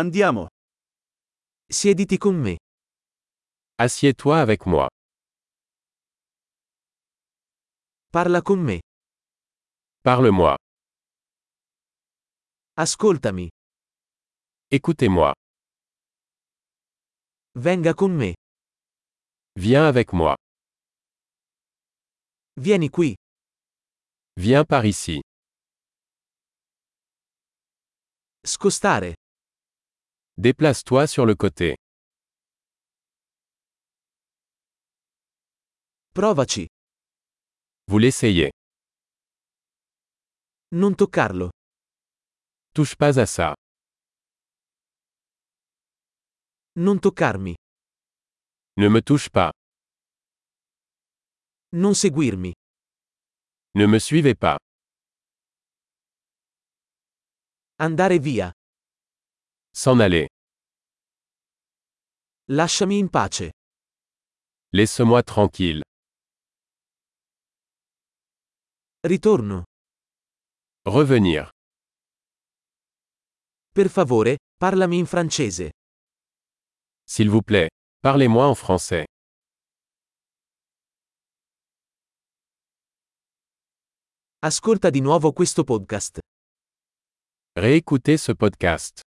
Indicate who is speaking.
Speaker 1: Andiamo. Siediti con me.
Speaker 2: Assieds-toi avec moi.
Speaker 1: Parla con me.
Speaker 2: Parle-moi.
Speaker 1: Ascoltami.
Speaker 2: Écoutez-moi.
Speaker 1: Venga con me.
Speaker 2: Viens avec moi.
Speaker 1: Vieni qui.
Speaker 2: Viens par ici.
Speaker 1: Scostare.
Speaker 2: Déplace-toi sur le côté.
Speaker 1: Provaci.
Speaker 2: Vous l'essayez.
Speaker 1: Non toccarlo.
Speaker 2: Touche pas à ça.
Speaker 1: Non toccarmi.
Speaker 2: Ne me touche pas.
Speaker 1: Non seguirmi.
Speaker 2: Ne me suivez pas.
Speaker 1: Andare via.
Speaker 2: S'en aller.
Speaker 1: Lasciami in pace.
Speaker 2: Laisse-moi tranquille.
Speaker 1: Ritorno.
Speaker 2: Revenir.
Speaker 1: Per favore, parlami in francese.
Speaker 2: S'il vous plaît. Parlez-moi en français.
Speaker 1: Ascolta di nuovo questo podcast.
Speaker 2: Réécoutez ce podcast.